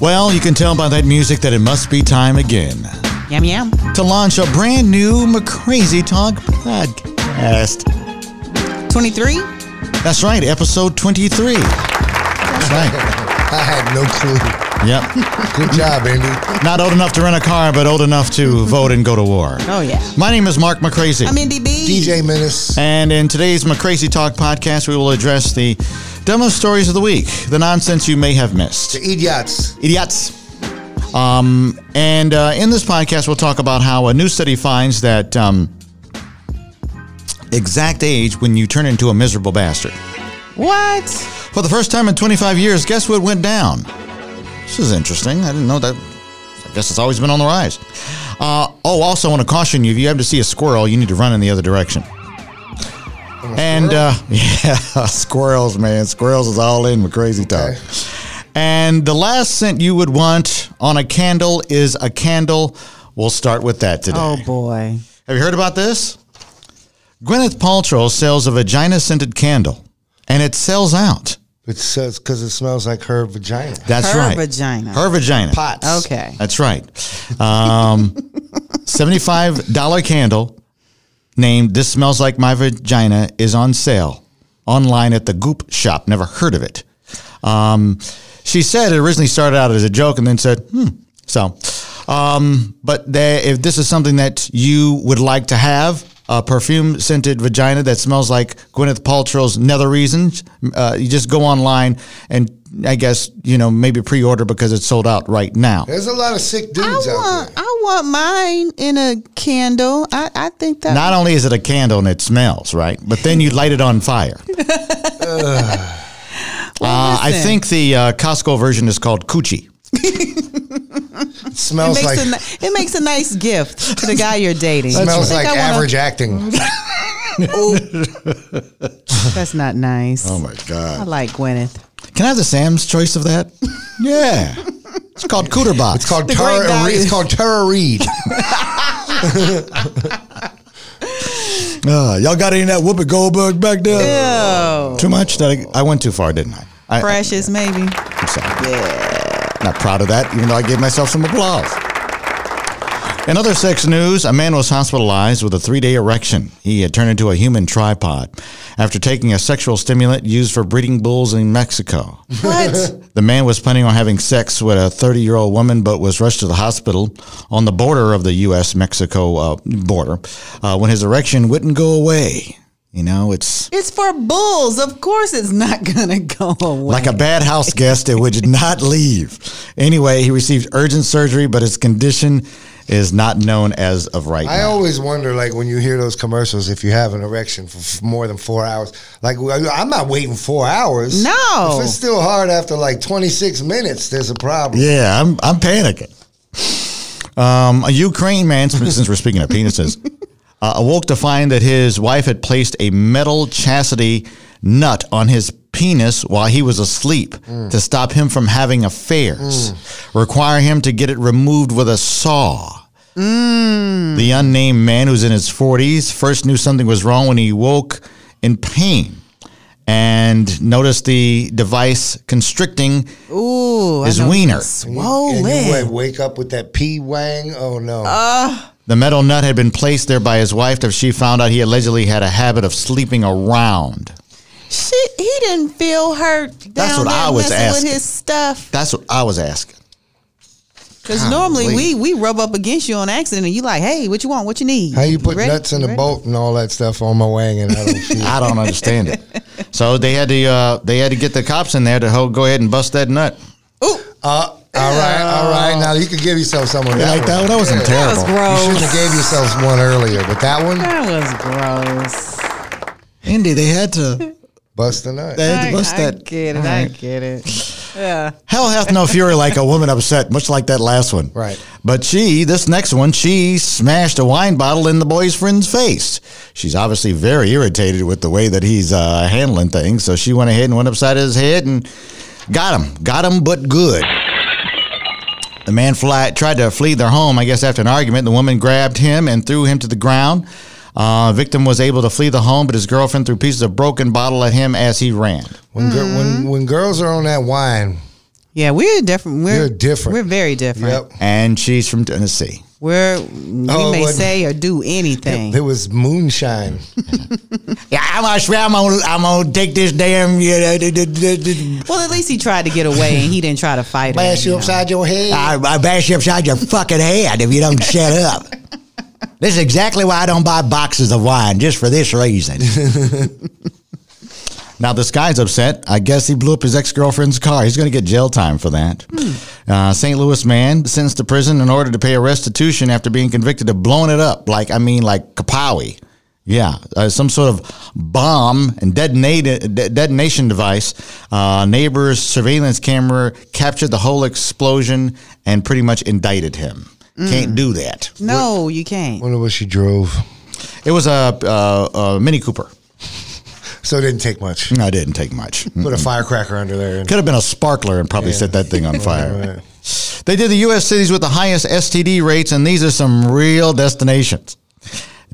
Well, you can tell by that music that it must be time again Yum, yum. to launch a brand new McCrazy Talk podcast. 23? That's right, episode 23. That's right. I had no clue. Yep. Good job, Andy. Not old enough to rent a car, but old enough to vote and go to war. Oh, yeah. My name is Mark McCrazy. I'm NDB. DJ Menace. And in today's McCrazy Talk podcast, we will address the dumbest stories of the week, the nonsense you may have missed. The idiots. Idiots. Um, and uh, in this podcast, we'll talk about how a new study finds that um, exact age when you turn into a miserable bastard. What? For the first time in 25 years, guess what went down? This is interesting. I didn't know that. I guess it's always been on the rise. Uh, oh, also, I want to caution you if you have to see a squirrel, you need to run in the other direction. And uh, yeah, squirrels, man, squirrels is all in with crazy talk. And the last scent you would want on a candle is a candle. We'll start with that today. Oh, boy. Have you heard about this? Gwyneth Paltrow sells a vagina scented candle, and it sells out. It says because it smells like her vagina. That's Her right. vagina. Her vagina. Pot. Okay. That's right. Um, Seventy-five dollar candle named "This Smells Like My Vagina" is on sale online at the Goop shop. Never heard of it. Um, she said it originally started out as a joke and then said, "Hmm." So, um, but they, if this is something that you would like to have. A perfume scented vagina that smells like Gwyneth Paltrow's nether regions. Uh, you just go online and I guess, you know, maybe pre order because it's sold out right now. There's a lot of sick I dudes out want, there. I want mine in a candle. I, I think that. Not only is it a candle and it smells, right? But then you light it on fire. Uh, I listen. think the uh, Costco version is called Coochie. It It smells makes, like a, ni- it makes a nice gift to the guy you're dating. smells I think like I wanna- average acting. That's not nice. my I God. like Gwyneth. Can I have the Sam's choice of that? yeah. It's called Cooter Box. It's called The great Tara. value. It's called Tara Reed. Uh, y'all got any of that Whoopi Goldberg back there? Oh, Too much? Did I, I went too far, didn't I? I precious, maybe. I'm sorry. Not proud of that, even though I gave myself some applause. In other sex news, a man was hospitalized with a three day erection. He had turned into a human tripod after taking a sexual stimulant used for breeding bulls in Mexico. What? The man was planning on having sex with a 30 year old woman, but was rushed to the hospital on the border of the U.S. Mexico uh, border uh, when his erection wouldn't go away. You know, it's It's for bulls. Of course, it's not gonna go away. like a bad house guest, it would not leave. Anyway, he received urgent surgery, but his condition is not known as of right I now. always wonder, like when you hear those commercials, if you have an erection for f- more than four hours. Like well, I'm not waiting four hours. No. If it's still hard after like 26 minutes, there's a problem. Yeah, I'm I'm panicking. Um, a Ukraine man, since we're speaking of penises, uh, awoke to find that his wife had placed a metal chastity nut on his penis while he was asleep Mm. to stop him from having affairs, require him to get it removed with a saw. Mm. The unnamed man who's in his 40s first knew something was wrong when he woke in pain and noticed the device constricting Ooh, I his know he's wiener. And you would Swollen. wake up with that pee wang. Oh no. The metal nut had been placed there by his wife after she found out he allegedly had a habit of sleeping around. She, he didn't feel hurt down what there I was messing asking. with his stuff. That's what I was asking. Because normally we we rub up against you on accident, and you like, hey, what you want? What you need? How you put ready? nuts in You a ready? bolt and all that stuff on my wang and I don't feel I don't understand it. So they had to uh, they had to get the cops in there to ho- go ahead and bust that nut. Ooh, Uh, all right, all right. Now you could give yourself some of that. one. wasn't that was You gross. shouldn't have gave yourselves one earlier, but that one That was gross. Indy, they had to bust a nut. had I, I get it. I get it. Yeah. Hell hath no fury like a woman upset, much like that last one. Right. But she, this next one, she smashed a wine bottle in the boy's friend's face. She's obviously very irritated with the way that he's uh, handling things, so she went ahead and went upside his head and got him. Got him, but good. The man fly, tried to flee their home, I guess, after an argument. The woman grabbed him and threw him to the ground. Uh, victim was able to flee the home, but his girlfriend threw pieces of broken bottle at him as he ran. Mm-hmm. When, gir- when when girls are on that wine, Yeah, we're different. We're You're different. We're very different. Yep. And she's from Tennessee. We're we Oh, may and- say or do anything. It was moonshine. Yeah, I'm gonna swear I'm gonna, I'm gonna take this damn. You know, d- d- d- d- well, at least he tried to get away and he didn't try to fight her. Bash you know. upside your head. I, I bash you upside your fucking head if you don't shut up. This is exactly why I don't buy boxes of wine, just for this reason. now, this guy's upset. I guess he blew up his ex girlfriend's car. He's going to get jail time for that. Uh, St. Louis man sentenced to prison in order to pay a restitution after being convicted of blowing it up. Like, I mean, like Kapowie. Yeah, uh, some sort of bomb and detonated, de- detonation device. Uh, neighbor's surveillance camera captured the whole explosion and pretty much indicted him. Can't do that. No, you can't. wonder what she drove. It was a, uh, a, a Mini Cooper. So it didn't take much. No, it didn't take much. Put a firecracker under there. And, Could have been a sparkler and probably set that thing on fire. They did the U.S. cities with the highest STD rates, and these are some real destinations.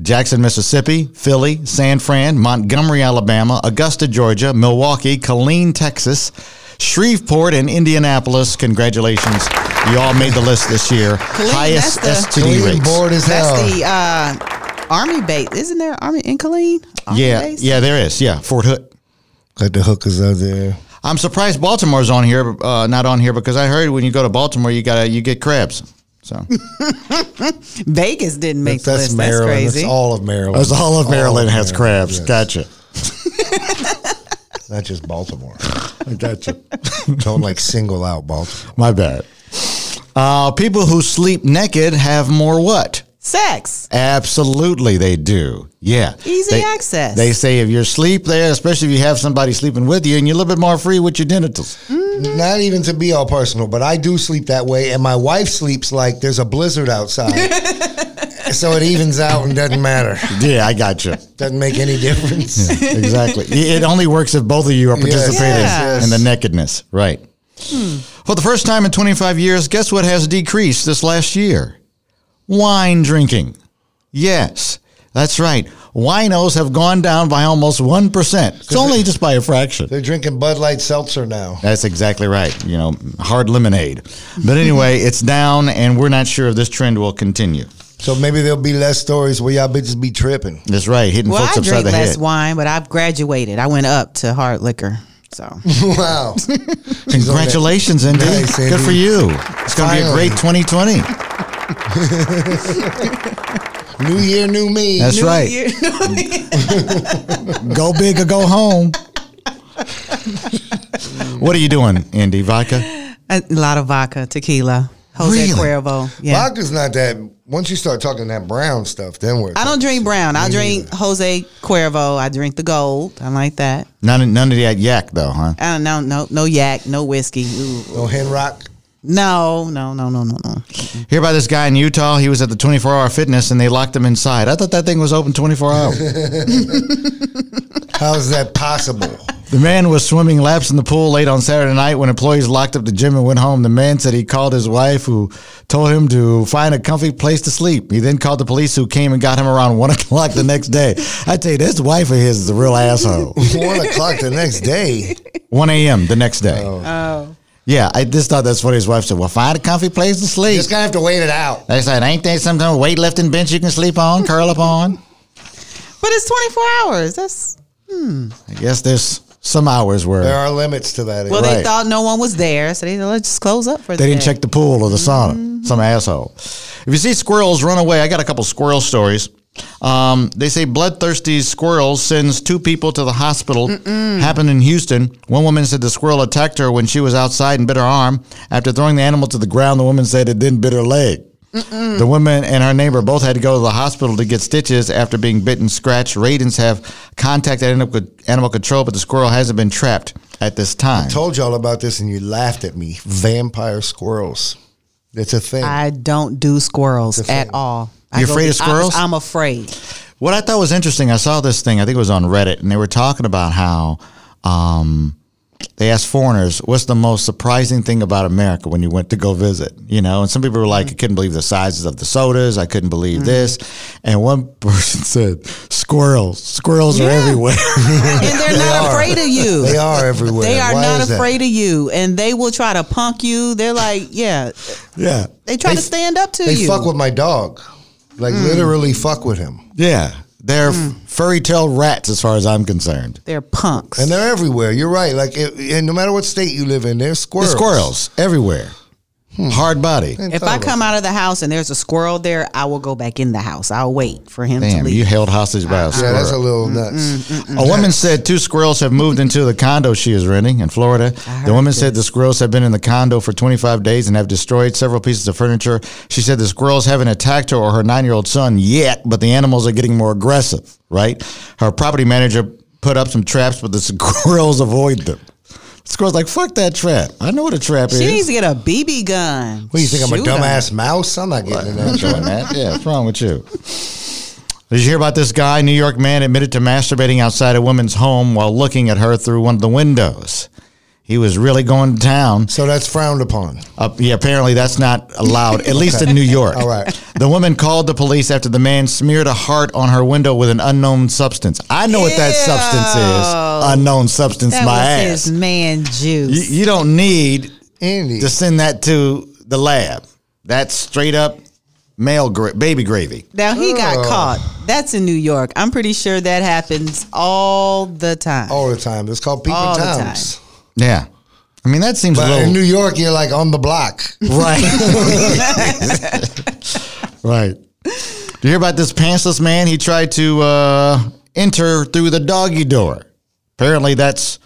Jackson, Mississippi, Philly, San Fran, Montgomery, Alabama, Augusta, Georgia, Milwaukee, Killeen, Texas, Shreveport, and Indianapolis. Congratulations. You all made the list this year. highest that's the- STD Clean rates. bored as hell. That's the uh, army base, isn't there? Army in Killeen? Army yeah, base? yeah, there is. Yeah, Fort Hood. Got the hookers out there. I'm surprised Baltimore's on here, uh, not on here, because I heard when you go to Baltimore, you gotta you get crabs. So Vegas didn't make the That's list. That's Maryland. That's, crazy. all of Maryland. That's all of Maryland has Maryland, crabs. yes. Gotcha. Not just Baltimore. Gotcha. Don't like single out Baltimore. My bad. Uh, people who sleep naked have more what? Sex. Absolutely, they do. Yeah. Easy They- access. They say if you're asleep there, especially if you have somebody sleeping with you, and you're a little bit more free with your genitals. Not even to be all personal, but I do sleep that way, and my wife sleeps like there's a blizzard outside. so it evens out and doesn't matter. Yeah, I gotcha. Doesn't make any difference. exactly. It it only works if both of you are participating Yes. in the nakedness. Right. Hmm. For the first time in 25 years, guess what has decreased this last year? Wine drinking. Yes, that's right. Winos have gone down by almost 1%. It's only just by a fraction. They're drinking Bud Light seltzer now. That's exactly right. You know, hard lemonade. But anyway, it's down, and we're not sure if this trend will continue. So maybe there'll be less stories where y'all bitches be tripping. That's right, hitting Well, folks I upside drink the less head. wine, but I've graduated. I went up to hard liquor. So wow. She's on that- Congratulations, Indy. Nice, Good Indy. for you. It's going to be a Finally. great 2020. New year, new me. That's New right. Year- Go big or go home. what are you doing, Indy? Vodka? a lot of vodka, tequila, Jose Really? Cuervo. Yeah. Vodka's not that. Once you start talking that brown stuff, then we're. I don't drink brown. I drink Jose Cuervo. I drink the gold. I like that. None, none of that yak, though, huh? I don't know. No, no yak. No whiskey. Ooh. No Henrock. No, no, no, no, no, no. Here by this guy in Utah. He was at the 24 hour fitness and they locked him inside. I thought that thing was open 24 hours. How is that possible? the man was swimming laps in the pool late on Saturday night when employees locked up the gym and went home. The man said he called his wife, who told him to find a comfy place to sleep. He then called the police, who came and got him around 1 o'clock the next day. I tell you, this wife of his is a real asshole. One o'clock the next day. 1 a.m. the next day. Oh. Yeah, I just thought that's what his wife said. Well, find a comfy place to sleep. Just gonna have to wait it out. They said, ain't there some kind of weightlifting bench you can sleep on, curl up on? But it's 24 hours. That's I guess there's some hours where There are limits to that. well, Right. they thought no one was there, so they said, let's just close up for the they didn't day." check the pool or the sauna. Some asshole. If you see squirrels run away, I got a couple squirrel stories. Um, they say bloodthirsty squirrel sends two people to the hospital. Happened in Houston. One woman said the squirrel attacked her when she was outside and bit her arm. After throwing the animal to the ground, the woman said it then bit her leg. The woman and her neighbor both had to go to the hospital to get stitches after being bitten, scratched. Radins have contacted animal animal control, but the squirrel hasn't been trapped at this time. Told y'all about this and you laughed at me. Vampire squirrels. It's a thing. I don't do squirrels at all. I You're go afraid of the opposite. squirrels? I'm afraid. What I thought was interesting, I saw this thing. I think it was on Reddit, and they were talking about how um, They asked foreigners, what's the most surprising thing about America when you went to go visit? You know, and some people were like, I couldn't believe the sizes of the sodas. I couldn't believe this. And one person said, squirrels. Squirrels are Yeah. everywhere. and they're not are. afraid of you. They are everywhere. They are Why not is that? afraid of you, and they will try to punk you. They're like, yeah, yeah. they try to stand up to They you. Hmm. fuck with my dog. Like literally fuck with him. Yeah. They're furry tailed rats, as far as I'm concerned. they're punks. And they're everywhere. You're right. Like it, and no matter what state you live in, there's squirrels. There's squirrels everywhere. Hard body. if I come out of the house and there's a squirrel there, I will go back in the house. I'll wait for him to Damn, leave. you held hostage by a Yeah, squirrel. that's a little nuts. A woman said two squirrels have moved into the condo she is renting in Florida. The woman said the squirrels have been in the condo for 25 days and have destroyed several pieces of furniture. She said the squirrels haven't attacked her or her nine year old son yet, but the animals are getting more aggressive, right? Her property manager put up some traps, but the squirrels avoid them. The squirrel's like, fuck that trap. I know what a trap she is. needs to get a BB gun. What do you think? I'm a Shoot 'em. dumbass mouse? I'm not getting in I'm that. not doing that. Yeah, what's wrong with you? Did you hear about this guy? New York man admitted to masturbating outside a woman's home while looking at her through one of the windows. He was really going to town. So that's frowned upon. Uh, yeah, apparently that's not allowed, at least in New York. All right. The woman called the police after the man smeared a heart on her window with an unknown substance. I know what that substance Ew. is. Unknown substance, That my was ass. his man You, juice. you don't need Andy. to send that to the lab. That's straight up male gra- baby gravy. now he Oh. got caught. That's in New York. I'm pretty sure that happens all the time. all the time. It's called peeping All the time. times. Yeah. I mean, that seems But a in little. New York, you're like on the block. right. right. Do you hear about this pantsless man? He tried to uh, enter through the doggy door. Apparently, that's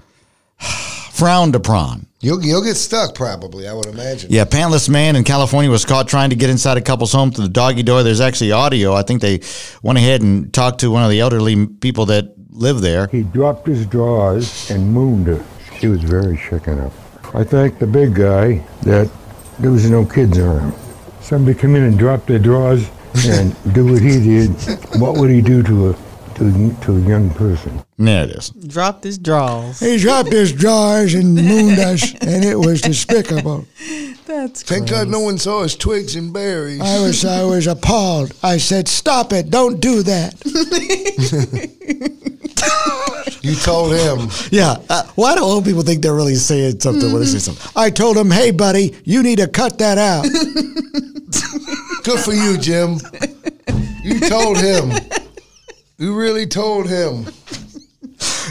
frowned upon. You'll you'll get stuck probably. I would imagine. Yeah, pantless man in California was caught trying to get inside a couple's home through the doggy door. There's actually audio. I think they went ahead and talked to one of the elderly people that live there. He dropped his drawers and mooned her. She was very shaken up. I thanked the big guy that there was no kids around. Somebody come in and drop their drawers and do what he did. What would he do to a to, a- to a young person? There it is. Drop his draws. He dropped his drawers and mooned us, and it was despicable. That's Thank God no one saw his twigs and berries. I was I was appalled. I said, "Stop it! Don't do that." You told him. Yeah. Uh, why do old people think they're really saying something when they say something? I told him, hey, buddy, you need to cut that out. Good for you, Jim. You told him. You really told him.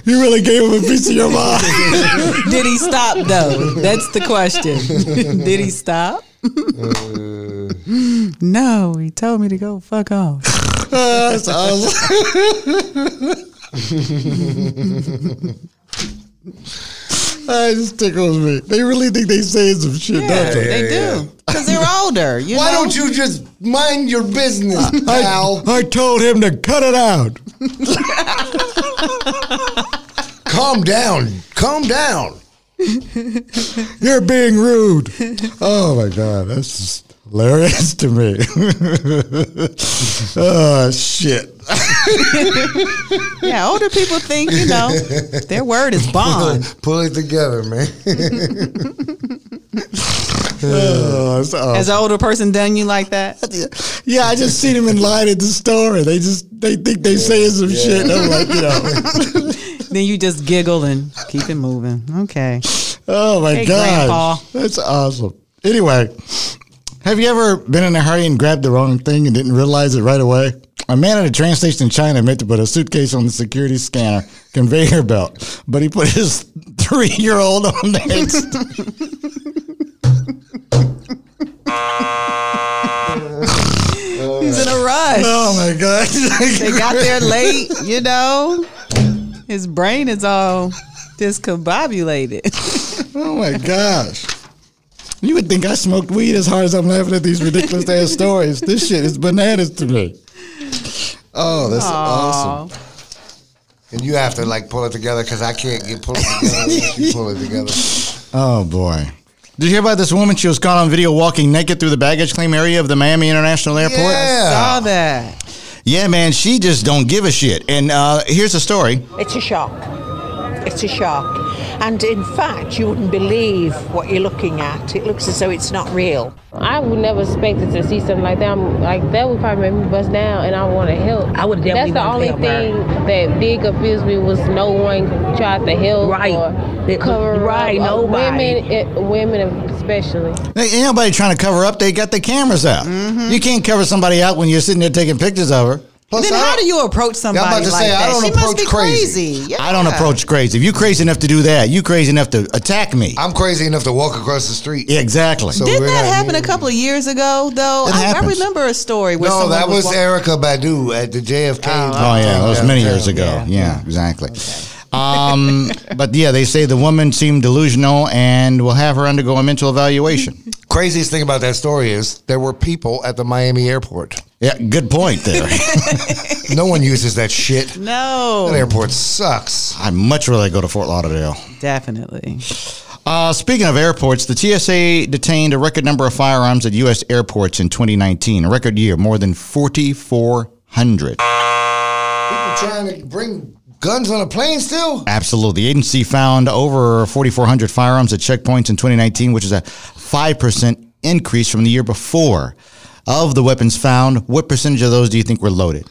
You really gave him a piece of your mind. Did he stop though? That's the question. Did he stop? no, he told me to go fuck off. That's awesome. That just tickles me. They really think they saying some shit, Yeah, don't they? they do because they're older. You Why know? don't you just mind your business, I, pal? I told him to cut it out. Calm down. Calm down. You're being rude. Oh my god, that's just hilarious to me. oh shit. Yeah, older people think you know their word is bond. Pull it together, man. Oh, it's- oh. Has an older person done you like that? Yeah, I just seen him in line at the store. and They just they think they saying some shit. I'm like, you know, Then you just giggle and keep it moving. Okay. oh my Hey, Grandpa. god, that's awesome. Anyway, have you ever been in a hurry and grabbed the wrong thing and didn't realize it right away? A man at a train station in China meant to put a suitcase on the security scanner conveyor belt, but he put his three-year-old on next. He's in a rush. oh my god! They got there late, you know. His brain is all discombobulated. Oh my gosh. You would think I smoked weed as hard as I'm laughing at these ridiculous ass stories. This shit is bananas to me. Oh, that's awesome. Aw. And you have to like pull it together because I can't get pulled together. unless you pull it together. Oh boy. Did you hear about this woman? She was caught on video walking naked through the baggage claim area of the Miami International Airport. Saw that. Yeah, man, she just don't give a shit. And uh, here's the story. It's a shock. it's a shark. And in fact, you wouldn't believe what you're looking at. It looks as though it's not real. I would never expect it to see something like that. I'm, like that would probably make me bust down, and I want to help. I would definitely That's the want only help her. thing that did confuse me was no one tried to help Right. or It- cover up. right, Uh, nobody. Women, eh, women especially. Ain't nobody trying to cover up. They got their cameras out. You can't cover somebody out when you're sitting there taking pictures of her. Plus, then I how don't- do you approach somebody about to like say, I that? don't she must approach be crazy. crazy. Yeah. I don't approach crazy. If you crazy enough to do that, you crazy enough to attack me. I'm crazy enough to walk across the street. Yeah, exactly. So- Didn't we're that not happen a meeting. couple of years ago though? It I, I happens. remember a story where No, someone that was wa- Erica Badu at the JFK. oh yeah, that was many years ago. Yeah, Yeah. exactly. Um, but yeah, they say the woman seemed delusional and will have her undergo a mental evaluation. Craziest thing about that story is there were people at the Miami airport. Yeah, good point there. No one uses that shit. That No, airport sucks. I'd much rather go to Fort Lauderdale. definitely. Uh, speaking of airports, the TSA detained a record number of firearms at U.S. airports in 2019, a record year, more than 4,400. People trying to bring guns on a plane still? Absolutely. The agency found over 4,400 firearms at checkpoints in 2019, which is a 5% increase from the year before. Of the weapons found, what percentage of those do you think were loaded?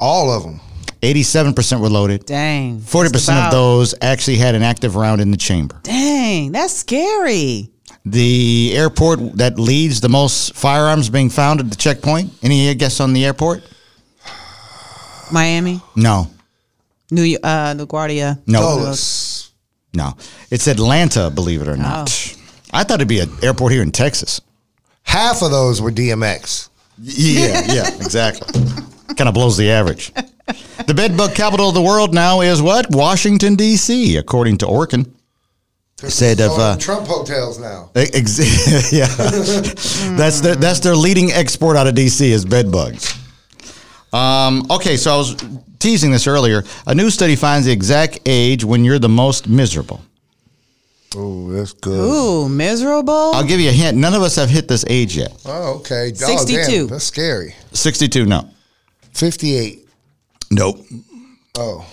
All of them. 87% were loaded. Dang. just 40% of about. those actually had an active round in the chamber. Dang, that's scary. The airport that leads the most firearms being found at the checkpoint. Any guess on the airport? Miami, No. New uh, LaGuardia. No. Dulles. No. It's Atlanta, believe it or not. I thought it'd be an airport here in Texas. Half of those were DMX. Yeah, yeah, exactly. kind of blows the average. The bedbug capital of the world now is what? Washington, D.C., according to Orkin. Said of. Going Uh, to Trump hotels now. E-, ex- yeah. Mm. that's, their, that's their leading export out of D.C. is bedbugs. Um, okay, so I was teasing this earlier. A new study finds the exact age when you're the most miserable. Oh, that's good. Ooh, miserable. I'll give you a hint. None of us have hit this age yet. Oh, okay. Oh, 62. damn, that's scary. 62, no. 58. Nope. Oh.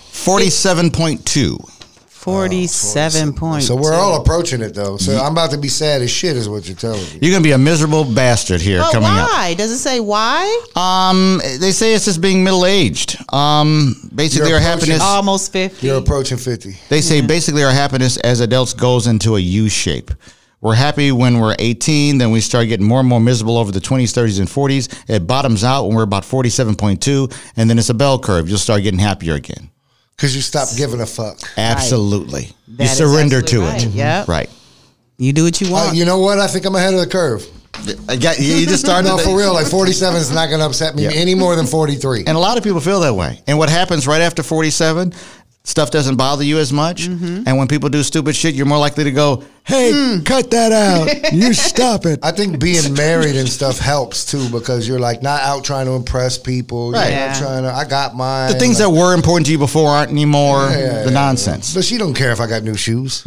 47.2. Forty-seven points. Oh, So we're all approaching it, though. So I'm about to be sad as shit, is what you're telling me. You're gonna be a miserable bastard here Oh, But coming why? Does it say why? up. Um, they say it's just being middle aged. Um, basically, You're our happiness. approaching- Almost fifty. You're approaching 50. They say basically our happiness as adults goes into a U shape. We're happy when we're 18, then we start getting more and more miserable over the 20s, 30s, and 40s. It bottoms out when we're about 47.2, and then it's a bell curve. You'll start getting happier again. Because you stop giving a fuck. Absolutely, That you is surrender to absolutely it. right. Yep. right. you do what you Uh, want. you know what? I think I'm ahead of the curve. I got- you you just started No, to- for real. Like 47 is not going to upset me Yeah. any more than 43. And a lot of people feel that way. And what happens right after 47, stuff doesn't bother you as much. Mm-hmm. And when people do stupid shit, you're more likely to go, hey, cut that out. you stop it. I think being married and stuff helps too because you're like not out trying to impress people. You're Right. not Yeah. trying to. I got mine. The things that like, were important to you before aren't anymore. the nonsense. But she don't care if I got new shoes.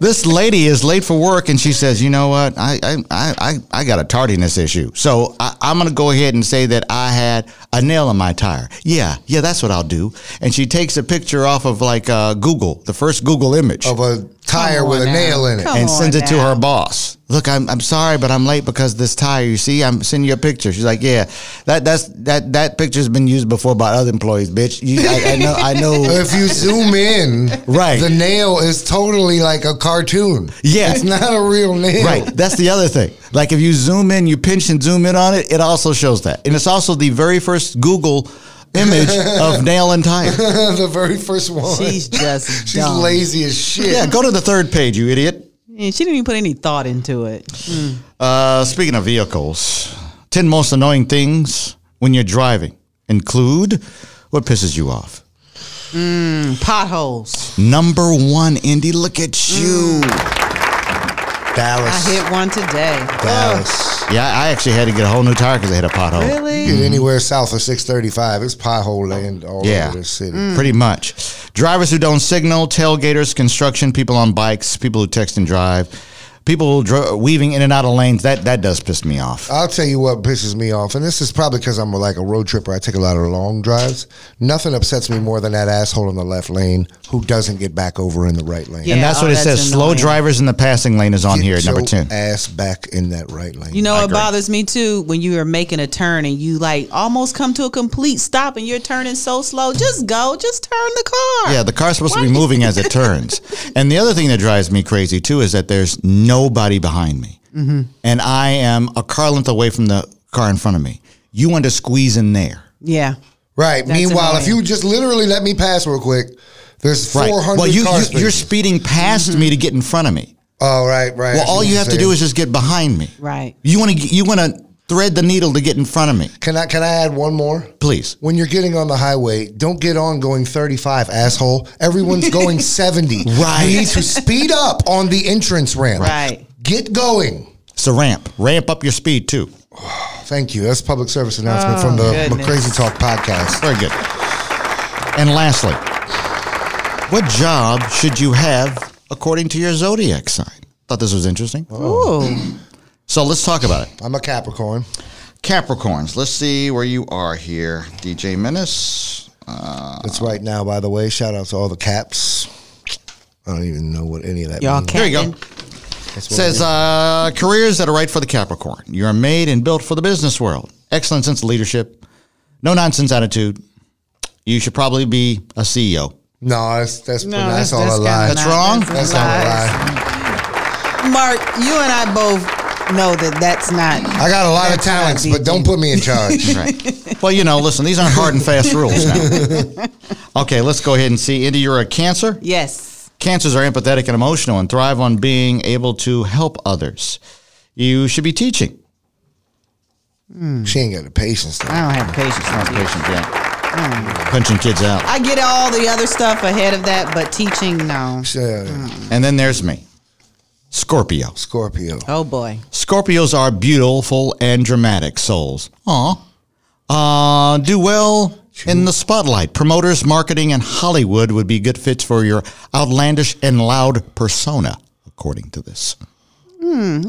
This lady is late for work and she says, you know what? I, I, I, I- I got a tardiness issue. So I, I'm going to go ahead and say that I had a nail in my tire. Yeah, yeah, that's what I'll do. And she takes a picture off of like uh, Google, the first Google image. Of a tire Oh, Come with on a now. nail in it. Come and sends on it to now. her boss. Look, I'm, I'm sorry, but I'm late because this tire. You see, I'm sending you a picture. She's like, yeah, that that's that that picture's been used before by other employees, bitch. You, I, I know, I know. If you zoom in, Right. the nail is totally like a cartoon. Yeah. it's not a real nail. Right, that's the other thing. Like if you zoom in, you pinch and zoom in on it, it also shows that, and it's also the very first Google image of nail and tire. the very first one. She's just She's dumb. lazy as shit. Yeah, go to the third page, you idiot. Yeah, she didn't even put any thought into it. Uh, speaking of vehicles, ten most annoying things when you're driving include what pisses you off. Potholes. Number one, Indy. Look at you. Dallas. I hit one today. Dallas. Yeah, I actually had to get a whole new tire because I hit a pothole. Really? Get anywhere south of 635, it's pothole land all Yeah, Mm. over the city. pretty much. Drivers who don't signal, tailgaters, construction people on bikes, people who text and drive. people dro- weaving in and out of lanes. That that does piss me off. I'll tell you what pisses me off, and this is probably because I'm like a road tripper. I take a lot of long drives. Nothing upsets me more than that asshole in the left lane who doesn't get back over in the right lane. Yeah. and that's oh, what it that's says. Slow annoying. drivers in the passing lane is on Get here at number your ten. Ass back in that right lane. You know I what agree. bothers me too when you are making a turn and you like almost come to a complete stop and you're turning so slow. Just go, just turn the car. Yeah, the car's supposed to be moving as it turns. And the other thing that drives me crazy too is that there's nobody behind me, Mm-hmm. and I am a car length away from the car in front of me. You want to squeeze in there, yeah. right. That's Meanwhile, if annoying. you just literally let me pass real quick, there's 400 Well, you, you car you're spaces. Mm-hmm. speeding past me to get in front of me. Oh, right, right. I Well, see all what you you're have to saying. do is just get behind me. Right. You want to you want to thread the needle to get in front of me, Can I, can I add one more? please. When you're getting on the highway, don't get on going 35, asshole. Everyone's going 70. Right. You need to speed up on the entrance ramp. Right. Get going. It's a ramp. Ramp up your speed too. Thank you. That's public service announcement from the goodness. Crazy Talk podcast. Very good. And lastly, what job should you have according to your zodiac sign? Thought this was interesting. Oh. Ooh. So let's talk about it. I'm a Capricorn. Capricorns. Let's see where you are here, DJ Menace. That's right now, by the way. Shout out to all the caps. I don't even know what any of that Y'all means. There you go. captain. That's what Says I uh, careers that are right for the Capricorn. You are made and built for the business world. Excellent sense of leadership. No nonsense attitude. You should probably be a E CEO. mean. no, that's that's, No, that's, that's- all that's a lie. kinda That's wrong? That's That's all a lies. lie. Mark, you and I both know that that's not. I got a lot of That's not talents, but DG. don't put me in charge. Right. well, you know, listen, these aren't hard and fast rules now. Okay, let's go ahead and see. Indy, you're a Cancer. Yes. Cancers are empathetic and emotional and thrive on being able to help others. You should be teaching. she ain't got the patience. Though. I don't have patience. Not patient yet. Punching kids out. I get all the other stuff ahead of that, but teaching, no. She- uh, And then there's me, Scorpio. Scorpio. Oh boy. Scorpios are beautiful and dramatic souls. Aw. Uh, do well in the spotlight. Promoters, marketing, and Hollywood would be good fits for your outlandish and loud persona, according to this. Hmm.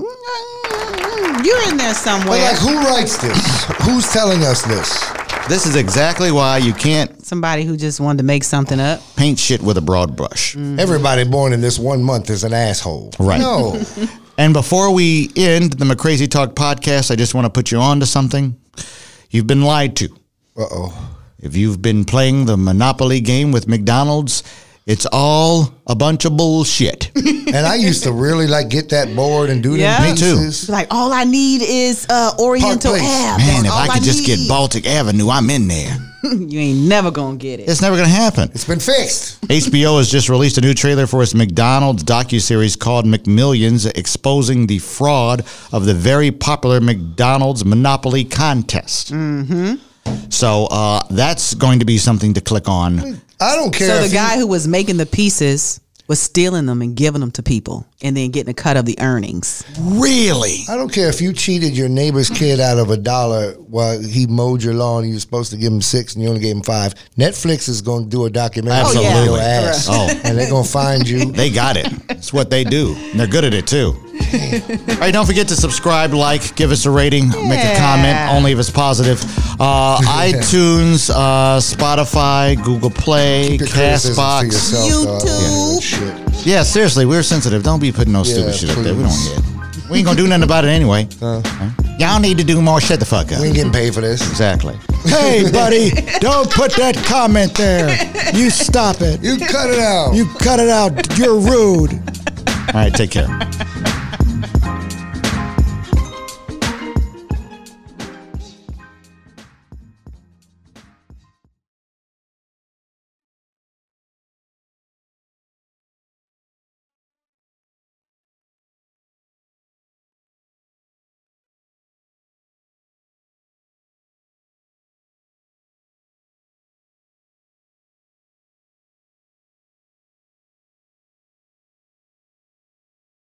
Mm, You're in there But somewhere. like, who writes this? Who's telling us this? This is exactly why you can't Somebody who just wanted to make something up. paint shit with a broad brush. Mm. Mm-hmm. Everybody born in this one month is an asshole. Right. No. And before we end the McCrazy Talk podcast, I just want to put you on to something. You've been lied to. uh oh. If you've been playing the Monopoly game with McDonald's, it's all a bunch of bullshit. And I used to really like get that board and do Yeah. them Me too. pieces. It's like all I need is uh, Oriental Place. Ave. Man, That's if all I could just get need. Baltic Avenue, I'm in there. you ain't never gonna get it. It's never going to happen. It's been fixed. HBO has just released a new trailer for its McDonald's docuseries called McMillions, exposing the fraud of the very popular McDonald's Monopoly contest. Mm-hmm. So uh, that's going to be something to click on. I don't care. so if the you- guy who was making the pieces was stealing them and giving them to people, and then getting a cut of the earnings. Really? I don't care if you cheated your neighbor's kid out of a dollar while he mowed your lawn. You were supposed to give him six, and you only gave him five. Netflix is going to do a documentary Absolutely. on your ass, Oh. and they're going to find you. They got it. It's what they do. And they're good at it too. All right, don't forget to subscribe, like, give us a rating, make a Yeah. comment, only if it's positive. Uh, iTunes, uh, Spotify, Google Play, Your criticisms to Castbox. yourself, dog. YouTube. Shit. Yeah, seriously, we're sensitive. Don't be putting no stupid Yeah, shit up there. We don't please. Uh. need it. We ain't gonna do nothing about it anyway. Y'all need to do more. Shut the fuck We up. ain't getting paid for this. Exactly. Hey, buddy, don't put that comment there. You stop it. You cut it out. cut it out. You're rude. All right, take care.